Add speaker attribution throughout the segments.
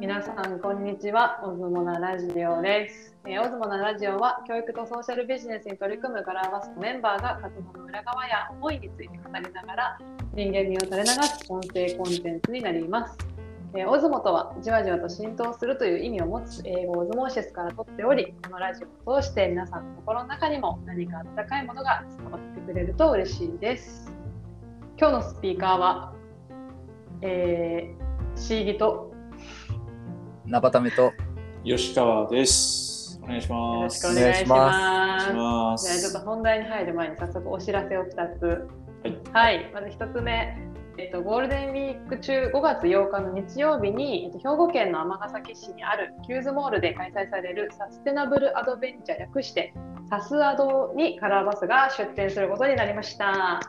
Speaker 1: 皆さんこんにちはオズモナラジオです、えーオズモナラジオは教育とソーシャルビジネスに取り組むガラーバスのメンバーが活動の裏側や思いについて語りながら人間味を垂れ流す音声コンテンツになります、えーオズモとはじわじわと浸透するという意味を持つ英語オズモーシスから取っておりこのラジオを通して皆さんの心の中にも何か温かいものが伝わってくれると嬉しいです今日のスピーカーは、えー、シーギと
Speaker 2: ナバタメと
Speaker 3: 吉川です。お願いし
Speaker 1: よろ
Speaker 3: ま
Speaker 1: し
Speaker 3: す。
Speaker 1: くお願いします。
Speaker 3: お願いしま
Speaker 1: じゃあちょっ
Speaker 3: す
Speaker 1: と。本題に入る前に早速お知らせを2つ。はい、まず1つ目、えっと、ゴールデンウィーク中5月8日の日曜日に、えっと、兵庫県の尼崎市にあるキューズモールで開催されるサステナブルアドベンチャー略してサスアドにカラーバスが出店することになりました。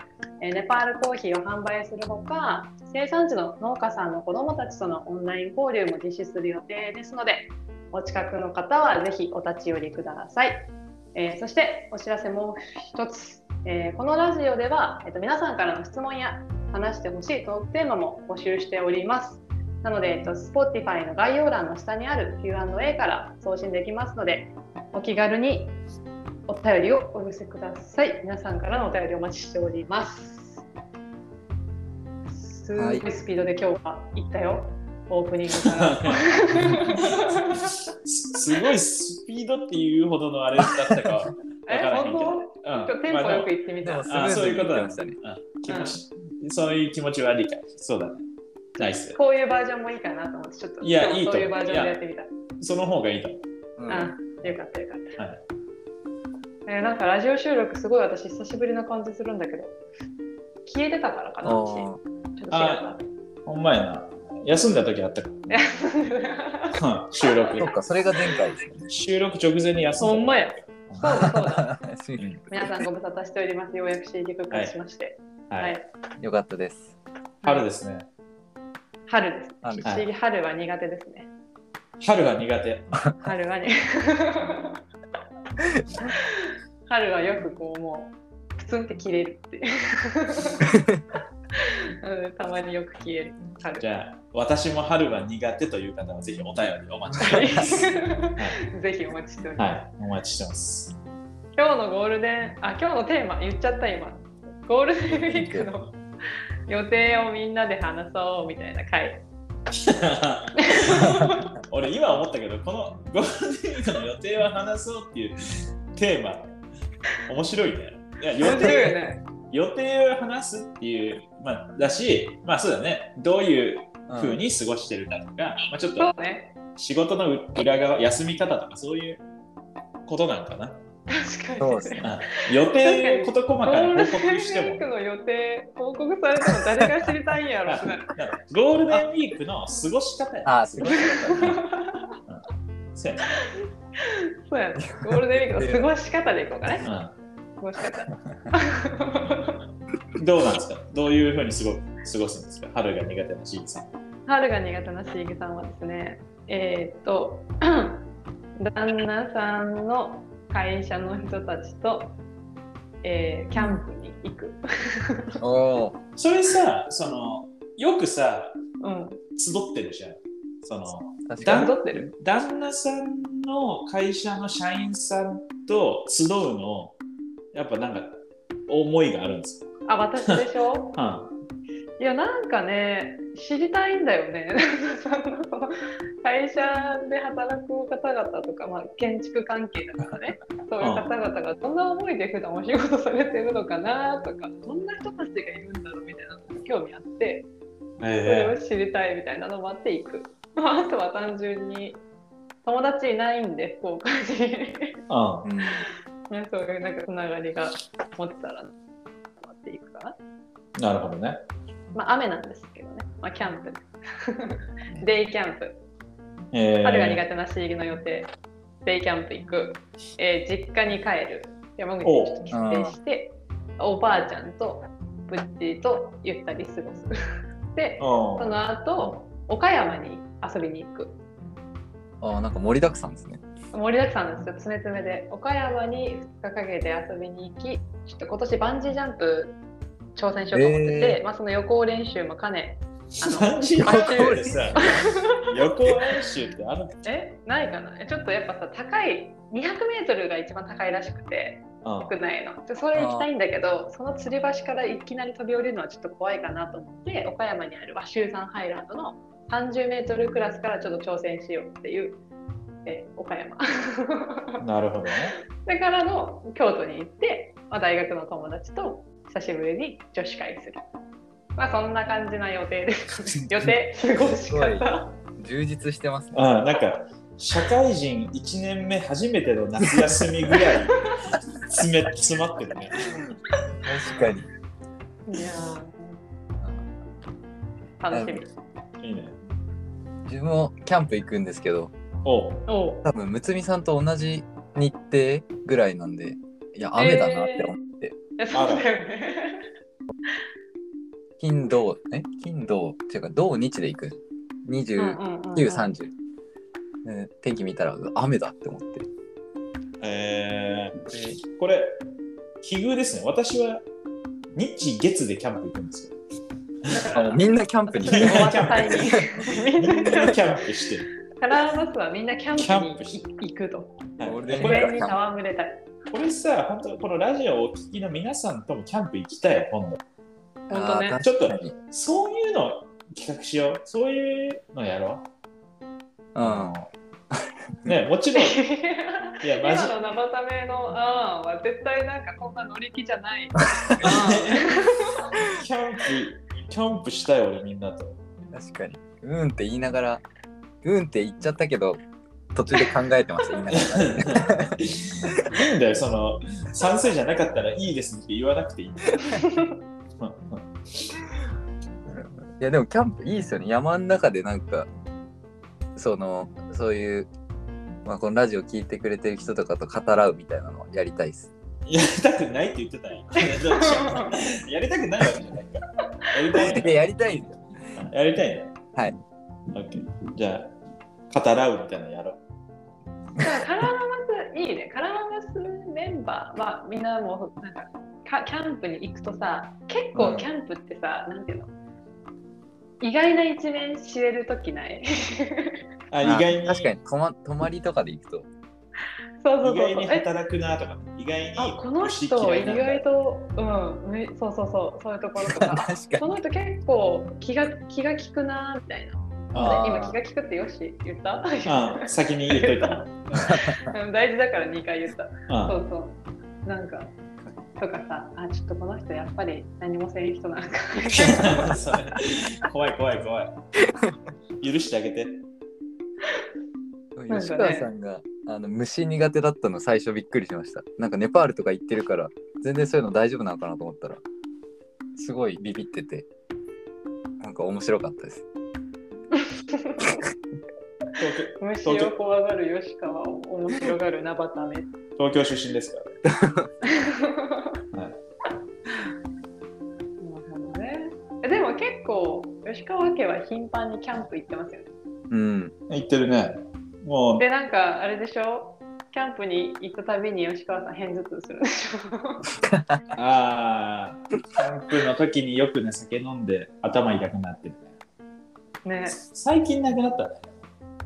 Speaker 1: えーネパールコーヒーを販売するほか生産地の農家さんの子どもたちとのオンライン交流も実施する予定ですのでお近くの方はぜひお立ち寄りください、えーそしてお知らせもう一つ、えーこのラジオでは、えっと皆さんからの質問や話してほしいトークテーマも募集しておりますなので、えっと、Spotify の概要欄の下にある Q&A から送信できますのでお気軽にお便りをお寄せください。皆さんからのお便りお待ちしております。すごいスピードで今日は行った よ。オープニングから。
Speaker 3: す すごいスピードっていうほどのあれだったかわから
Speaker 1: え、
Speaker 3: ないけ
Speaker 1: 本
Speaker 3: ど。今
Speaker 1: 当？今日テンポよく行ってみた。
Speaker 2: でも
Speaker 1: は
Speaker 2: スム
Speaker 3: あ、そうい
Speaker 2: ー
Speaker 3: う
Speaker 2: ズ
Speaker 3: こ
Speaker 2: に
Speaker 3: と
Speaker 2: 言って
Speaker 3: だ
Speaker 2: ましたね
Speaker 3: ね。あ気持ちそういう気持ちは理解。そうだね。ナイス。
Speaker 1: こういうバージョンもいいかなと思って、ちょっと
Speaker 3: いや
Speaker 1: 今日
Speaker 3: いいと
Speaker 1: そう
Speaker 3: 思う
Speaker 1: いうバージョンでやってみた。
Speaker 3: その方がいいと思う。
Speaker 2: うん
Speaker 1: あ、よかったよかった。
Speaker 3: はい
Speaker 1: えーなんかラジオ収録すごい私久しぶりな感じするんだけど、消えてたからかな、
Speaker 2: あ
Speaker 1: 私。ちょ
Speaker 2: ー
Speaker 1: っと違うな。
Speaker 3: ほんまやな。休んだ時あったから。うん収 録
Speaker 2: そ。っか、それが前回ですね。
Speaker 3: 収録直前に休んだ。
Speaker 1: ほんまや。そうだそう だ。
Speaker 2: すいません
Speaker 1: 皆さんご無沙汰しております。ようやく CD 復活しまして。
Speaker 3: は。
Speaker 1: はいい
Speaker 2: よかったです。
Speaker 3: 春ですね。
Speaker 1: 春です。
Speaker 2: ある
Speaker 3: はい
Speaker 1: CD 春は苦手ですね。
Speaker 3: 春は苦手。
Speaker 1: 春はね。春はよくこうもう、プツンって切れるっていう。うん、たまによく消える。春
Speaker 3: じゃあ、私も春は苦手という方はぜひお便りお 待ちしております。
Speaker 1: ぜひお待ちしております。
Speaker 3: はい、お待ちして ます。
Speaker 1: 今日のゴールデン、あ、今日のテーマ言っちゃった今。ゴールデンウィークの予定をみんなで話そうみたいな回。
Speaker 3: 俺今思ったけど、このゴールデンウィークの予定は話そうっていうテーマ、面白いね。いや予
Speaker 1: 面白いよ
Speaker 3: 定
Speaker 1: ね。
Speaker 3: 予定を話すっていう、まあ、だし、まあそうだね、どういう風に過ごしてるかとか、まあ、ちょっ
Speaker 1: そ
Speaker 3: と
Speaker 1: うね。
Speaker 3: 仕事の裏側、休み方とかそういうことなんかな。
Speaker 1: 確かに。
Speaker 2: そうですね
Speaker 3: うん予定を事細
Speaker 1: ゴ
Speaker 3: か
Speaker 1: ー
Speaker 3: に
Speaker 1: ルデンウ
Speaker 3: 報告して
Speaker 1: ィー
Speaker 3: も
Speaker 1: ク。の予定報告されても誰が知りたいんやろってなる
Speaker 3: ゴールデンウィークの過ごし方や。
Speaker 2: あー、すごい。
Speaker 3: そうやね
Speaker 1: そうやねゴールデンウィークの過ごし方でいこうかね過ごし方
Speaker 3: うんどうなんですかどういうふうに過ご過ごすんですか春が苦手なシーンさん。
Speaker 1: 春が苦手なしげさんはですねえーっと 旦那さんの会社の人たちと、えーキャンプに行く、
Speaker 2: おー
Speaker 3: それさ、その、よくさ、
Speaker 1: うん、
Speaker 3: 集ってるじゃん。その、
Speaker 2: 確か
Speaker 3: だ
Speaker 2: に
Speaker 3: ん
Speaker 1: 集ってる
Speaker 3: 旦那さんの会社の社員さんと集うの、やっぱなんか、思いがあるんですよ。
Speaker 1: あ私でしょ
Speaker 3: うん
Speaker 1: いやなんかね知りたいんだよね 旦那さんの会社で働く方々とか、まあ、建築関係だからねそういう方々がどんな思いで普段お仕事されてるのかなとかどんな人たちがいるんだろうみたいなのが興味あってそれを知りたいみたいなのもあって行く、まあ、あとは単純に友達いないんで福岡に ね
Speaker 3: うん
Speaker 2: うん
Speaker 1: そういうなんかつながりが持ってたら回っていくかな
Speaker 3: なるほどね。
Speaker 1: まあ雨なんですけどね、まあ、キャン プデイキャンプ
Speaker 3: えー
Speaker 1: 春が苦手な刺激の予定、デイキャンプ行く、えー実家に帰る、山口にちょっと帰省して、おばあちゃんとプッチーとゆったり過ご す。で、
Speaker 3: うん
Speaker 1: その後、岡山に遊びに行く。
Speaker 2: あー、なんか盛りだくさんですね。
Speaker 1: 盛りだくさんなんですよ、詰め詰めで。岡山に2日かけて遊びに行き、ちょっと今年バンジージャンプ挑戦しようと思ってて、
Speaker 2: え
Speaker 1: まあ、その予行練習も兼ね
Speaker 3: 3時予行でさ、 予行演習ってある
Speaker 1: えないかなえちょっとやっぱさ高い 200m が一番高いらしくて
Speaker 3: の、
Speaker 1: 国内のでそれ行きたいんだけどその吊り橋からいきなり飛び降りるのはちょっと怖いかなと思って岡山にある和州山ハイランドの 30m クラスからちょっと挑戦しようっていうえ岡山
Speaker 3: うん、なるほどね。
Speaker 1: だからの京都に行って、まあ、大学の友達と久しぶりに女子会するまあそんな感じな予定です 予定過ごし
Speaker 2: すごい
Speaker 1: 方
Speaker 2: 充実してますね。
Speaker 3: うん、なんか、社会人1年目初めての夏休みぐらい詰め詰まってるね。
Speaker 2: 確かに。
Speaker 1: いやー楽しみ
Speaker 3: いいね。
Speaker 2: 自分もキャンプ行くんですけど、
Speaker 3: おう
Speaker 1: おう
Speaker 2: 多分むつみさんと同じ日程ぐらいなんで、いや、雨だなって思って。
Speaker 1: いやそうだよね
Speaker 2: 金土ね金土っていうか土日で行く2930、
Speaker 1: 9
Speaker 2: 30で天気見たらうわ雨だって思って
Speaker 3: えー、これ、奇遇ですね。私は日月でキャンプ行くんです よ。
Speaker 2: あもうみんなキャンプに
Speaker 1: 終
Speaker 3: みんな
Speaker 1: わっ
Speaker 3: キャン
Speaker 1: たにみ
Speaker 3: みん
Speaker 1: んな
Speaker 3: なキャンプしてる。
Speaker 1: カラーバスはみんなキャンプに
Speaker 3: キャ
Speaker 1: 行くと
Speaker 3: はい
Speaker 2: ゴールデンウ
Speaker 1: 公
Speaker 2: ィーク
Speaker 3: これ
Speaker 1: 園に戯れたい
Speaker 3: これさ、本当このラジオをお聞きの皆さんともキャンプ行きたい、今度。
Speaker 1: 本当ね
Speaker 2: あー
Speaker 3: ちょっと
Speaker 2: 確かに
Speaker 3: そういうの企画しよう。そういうのやろ
Speaker 2: うん
Speaker 3: う。ね、もちろん、いや、マジ
Speaker 1: 今の生ための「あーは絶対なんかこんな乗り気じゃ ない
Speaker 3: キャンプ、キャンプしたい俺みんなと。
Speaker 2: 確かにうんって言いながらうんって言っちゃったけど途中で考えてました言い なが ら
Speaker 3: いいんだよ、その、賛成じゃなかったらいいですって言わなくていい。うんうん
Speaker 2: いやでもキャンプいいですよね山の中でなんかそのそういう、まあ、このラジオ聞いてくれてる人とかと語らうみたいなのやりたいっす
Speaker 3: やりたくないって言ってたよ。どうしよ うやりたくないわけじゃないから。やりたい
Speaker 2: い ややりたいんですよ
Speaker 3: ね。やりたいね。
Speaker 2: はい。
Speaker 3: OK。じゃあ、語らうみたいなのやろう。
Speaker 1: だからカラーマスいいねカラーマスメンバーはみんなもうなんかかキャンプに行くとさ結
Speaker 2: う
Speaker 1: 構
Speaker 2: ん
Speaker 1: キャンプってさ、なんていうの意外な一面知れる時ない
Speaker 3: あ、意外に。
Speaker 2: あ確かに泊ま泊まりとかで行くと
Speaker 1: そうそう
Speaker 3: 意
Speaker 1: そうそ
Speaker 3: 外
Speaker 1: う
Speaker 3: に
Speaker 1: え
Speaker 3: 働くなとか、意外に
Speaker 1: あこの人
Speaker 3: 虫嫌
Speaker 1: 意
Speaker 3: いなんだ
Speaker 1: 外とうんめそうそうそうそういうところ とか
Speaker 2: 確かに
Speaker 1: この人結構気が気が利くなみたいな
Speaker 2: あー
Speaker 1: 今気が利くってよし言った
Speaker 3: あ先に言っといた。
Speaker 1: うん大事だから2回言った
Speaker 3: あ
Speaker 1: そうそう。なんか、とかさ、あ、ちょっとこの人やっぱり何もせん人なんか。
Speaker 3: それ怖い怖い怖い。許してあげて。
Speaker 1: ね
Speaker 2: 吉川さんが、あの虫苦手だったの最初びっくりしましたなんかネパールとか行ってるから全然そういうの大丈夫なのかなと思ったらすごいビビっててなんか面白かったです
Speaker 3: 東
Speaker 1: 虫を怖がる吉川を面白がるナバタメ。
Speaker 3: 京東京出身ですから。
Speaker 1: なるほどね。えでも結構、吉川家は頻繁にキャンプ行ってますよね。
Speaker 2: うん
Speaker 3: 行ってるね。も
Speaker 1: で、なんか、あれでしょキャンプに行ったたびに吉川さん偏頭痛するんでしょ
Speaker 3: う、ああ、キャンプの時によくね、酒飲んで頭痛くなってるね。
Speaker 1: ね
Speaker 3: 最近なくなったね。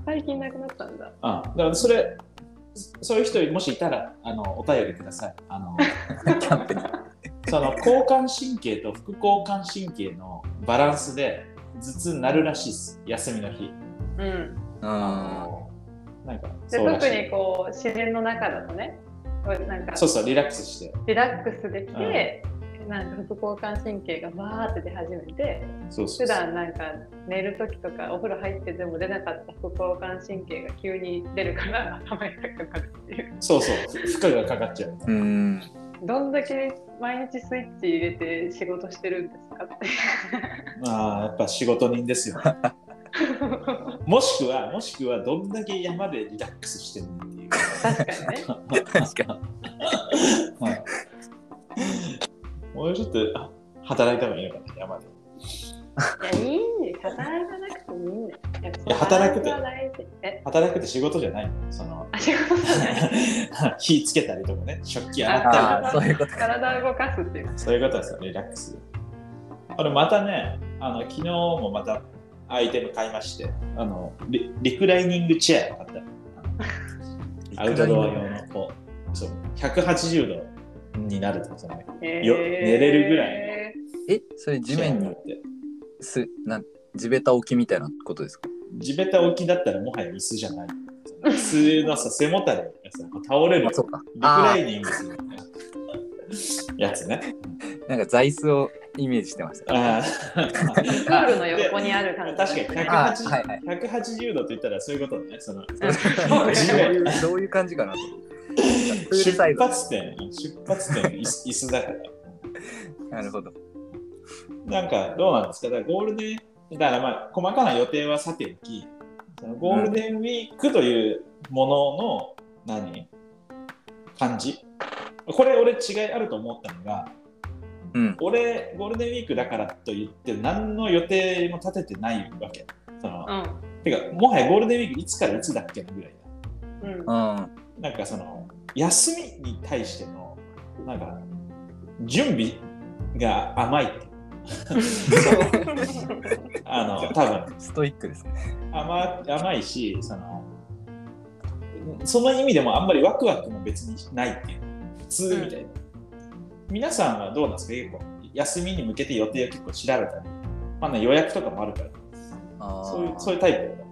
Speaker 1: 最近なくなったんだ。
Speaker 3: あだからそれ、そういう人もしいたら、あの、お便りください。あの、
Speaker 2: キャンプに
Speaker 3: その交感神経と副交感神経のバランスで頭痛になるらしいです休みの日
Speaker 1: うん。
Speaker 2: うん
Speaker 3: なんか
Speaker 1: で
Speaker 3: そうらし
Speaker 1: 特
Speaker 3: い
Speaker 1: にこう自然の中だとねこうなんか
Speaker 3: そうそうリラックスして
Speaker 1: リラックスできて、なんか副交感神経がバーって出始めて
Speaker 3: そうそう
Speaker 1: 普段なんか寝る時とかお風呂入ってでも出なかった副交感神経が急に出るから頭痛くなるっていう
Speaker 3: そうそうふ負荷がかかっちゃうみた
Speaker 2: う
Speaker 3: い
Speaker 2: ん
Speaker 1: どんだけ毎日スイッチ入れて仕事してるんですかって
Speaker 3: なあーやっぱ仕事人ですよ もしくはもしくはどんだけ山でリラックスしてるっていう
Speaker 1: 確かにね
Speaker 2: 確か
Speaker 3: はいもうちょっとあ働いた方がいいのかな山で
Speaker 1: いやいいんで働かなくてもいいんだよやっぱ
Speaker 3: いや働くって
Speaker 1: バランスは大事え
Speaker 3: 働くって仕事じゃないその
Speaker 1: あ仕事じゃない
Speaker 3: 火つけたりとかね食器洗ったりとか
Speaker 2: ああそういうことか
Speaker 1: 体を動かすっていう
Speaker 3: そういうことですよ、リラックス。俺またね、ああの昨日もまたアイテム買いまして、あのリリクライニングチェアを買った。アウトドア用のこうそう180度になるとかその
Speaker 1: えー
Speaker 3: よ寝れるぐらい
Speaker 2: え、それ地面
Speaker 3: チェア
Speaker 2: に
Speaker 3: があって
Speaker 2: す、なん、地べた置きみたいなことですか
Speaker 3: 地べた置きだったらもはや椅子じゃない。その椅子のさ背もたれがさこう倒れる
Speaker 2: あ、そうか。
Speaker 3: リク
Speaker 2: あ
Speaker 3: ライニングするみたいなやつね。
Speaker 2: ーなんか座椅子をイメージしてました。
Speaker 3: あ
Speaker 1: プールの横にある感じですね、
Speaker 3: 確かに
Speaker 2: あー、はい はい。
Speaker 3: ー180度と言ったらそういうことね。その
Speaker 2: どういうどういう感じかなと。プール
Speaker 3: 出
Speaker 2: サイド。
Speaker 3: 発点、出発点椅子、椅子だから。
Speaker 2: なるほど。
Speaker 3: なんかどうなんですかだからゴールデン、だからまあ細かな予定はさておき、そのゴールデンウィークというものの何感じこれ俺違いあると思ったのが、
Speaker 2: うん。
Speaker 3: 俺ゴールデンウィークだからと言って何の予定も立ててないわけ。そのてかもはやゴールデンウィークいつからいつだっけなぐらい
Speaker 1: うんうん
Speaker 2: うん。
Speaker 3: な。なんかその休みに対してのなんか準備が甘いっていう あの多分
Speaker 2: ストイックですね。
Speaker 3: 甘甘いしそのその意味でもあんまりワクワクも別にないっていう普通みたいな、皆さんはどうなんですか結構休みに向けて予定を結構調べたり、まあね、予約とかもあるから
Speaker 2: あー
Speaker 3: そういうそういうタイプだよね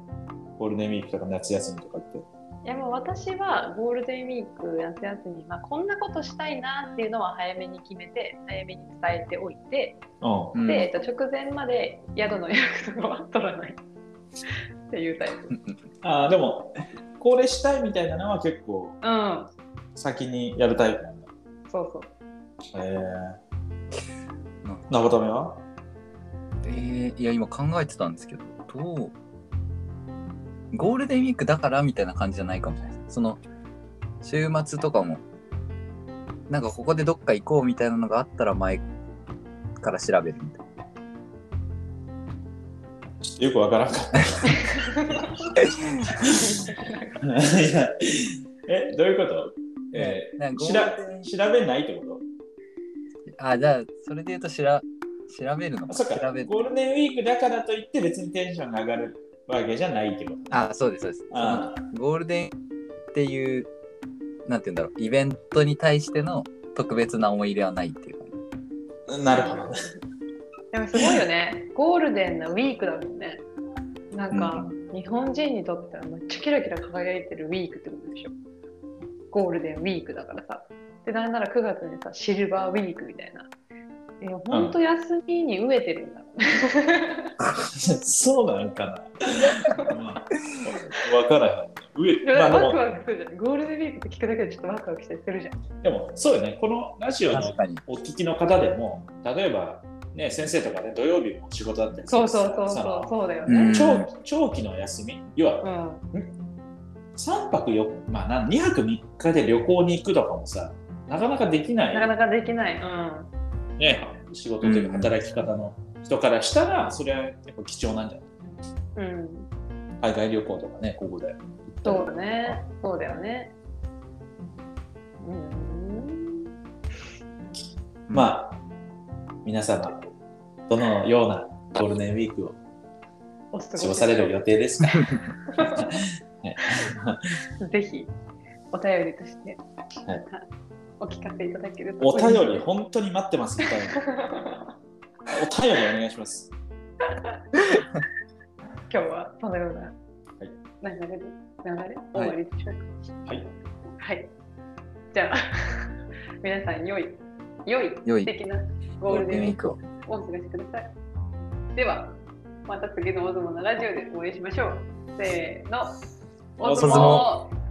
Speaker 3: ゴールデンウィークとか夏休みとかって
Speaker 1: いやもう私はゴールデンウィーク夏休み、まあ、こんなことしたいなっていうのは早めに決めて早めに伝えておいて、
Speaker 3: う
Speaker 2: うん
Speaker 1: で、えっと、直前まで宿の予約とかは取らないっていうタイプ。
Speaker 3: ん、あーでもこれしたいみたいなのは結構
Speaker 1: うん
Speaker 3: 先にやるタイプなんだ
Speaker 1: そうそう
Speaker 3: へえなためは
Speaker 2: えーいや今考えてたんですけどどうゴールデンウィークだからみたいな感じじゃないかもしれないですその週末とかもなんかここでどっか行こうみたいなのがあったら前から調べるみたいな
Speaker 3: ちょっとよくわからんかった。いやえ、どういうことえー
Speaker 2: なんかゴ
Speaker 3: し
Speaker 2: ール
Speaker 3: ら調べないってこと
Speaker 2: あじゃあそれで言うとしら調べるの
Speaker 3: あ
Speaker 2: か
Speaker 3: そっか、
Speaker 2: 調
Speaker 3: ゴ
Speaker 2: べ
Speaker 3: ールデンウィークだからといって別にテンションが上がるわけじゃないってこと。
Speaker 2: あそうですそうですその
Speaker 3: あ
Speaker 2: ゴールデンっていうなんて言うんだろうイベントに対しての特別な思い入れはないっていうか
Speaker 3: あなるほど。
Speaker 1: でもすごいよねゴールデンのウィークだもんねなんか、日本人にとってはめっちゃキラキラ輝いてるウィークってことでしょゴールデンウィークだからさでなんなら9月にさシルバーウィークみたいないやほんと休みに飢えてるんだろうね、
Speaker 3: そうなのかな。まあ、わからへん。上、
Speaker 1: で
Speaker 3: まあ、で
Speaker 1: ワク
Speaker 3: も、
Speaker 1: ワクするじゃんゴールデンウィークって聞くだけでちょっとワクワクしたりするじゃん
Speaker 3: でもそうよね。このラジオの
Speaker 2: 確かに
Speaker 3: お聞きの方でも、例えば、ね、先生とかね、土曜日も仕事だったりす
Speaker 1: そ
Speaker 3: る
Speaker 1: うそうそう
Speaker 3: そ
Speaker 1: そう
Speaker 3: の
Speaker 1: そうだよ
Speaker 2: う
Speaker 1: ね
Speaker 2: ん
Speaker 3: 長長期の休み要は
Speaker 1: うん、
Speaker 3: 3泊4まあなん2泊3日で旅行に行くとかもさなかなかできない、
Speaker 1: なかなかできないうん
Speaker 3: ね、仕事というか
Speaker 2: うん
Speaker 3: 働き方の人からしたら、それはやっぱ貴重なんじゃ
Speaker 1: うん
Speaker 3: ない海外旅行とかねここで
Speaker 1: そうだねそうだよねうん
Speaker 3: まあ皆様どのようなゴールデンウィークを
Speaker 1: お過ご
Speaker 3: 過ごされる予定ですかね
Speaker 1: ぜひお便りとして、
Speaker 3: は
Speaker 1: はいい、お聞かせいただけると
Speaker 3: お便り
Speaker 1: 嬉しい
Speaker 3: 本当に待ってますお便りお便りお願いします
Speaker 1: 今日はそのような流れで、流れ終わりでしょうか
Speaker 3: はい
Speaker 1: はい、じゃあ 皆さん良い良い
Speaker 2: 良い
Speaker 1: 素敵なゴー
Speaker 2: ゴー
Speaker 1: ル
Speaker 2: ル
Speaker 1: デ
Speaker 2: デ
Speaker 1: ンウィ
Speaker 2: ンウィ
Speaker 1: ー
Speaker 2: ー
Speaker 1: ク
Speaker 2: ク
Speaker 1: を
Speaker 2: を
Speaker 1: お過ごしくださいではまた次のオズモのラジオでお会いしましょうせーの
Speaker 3: オズ
Speaker 2: モ
Speaker 1: モ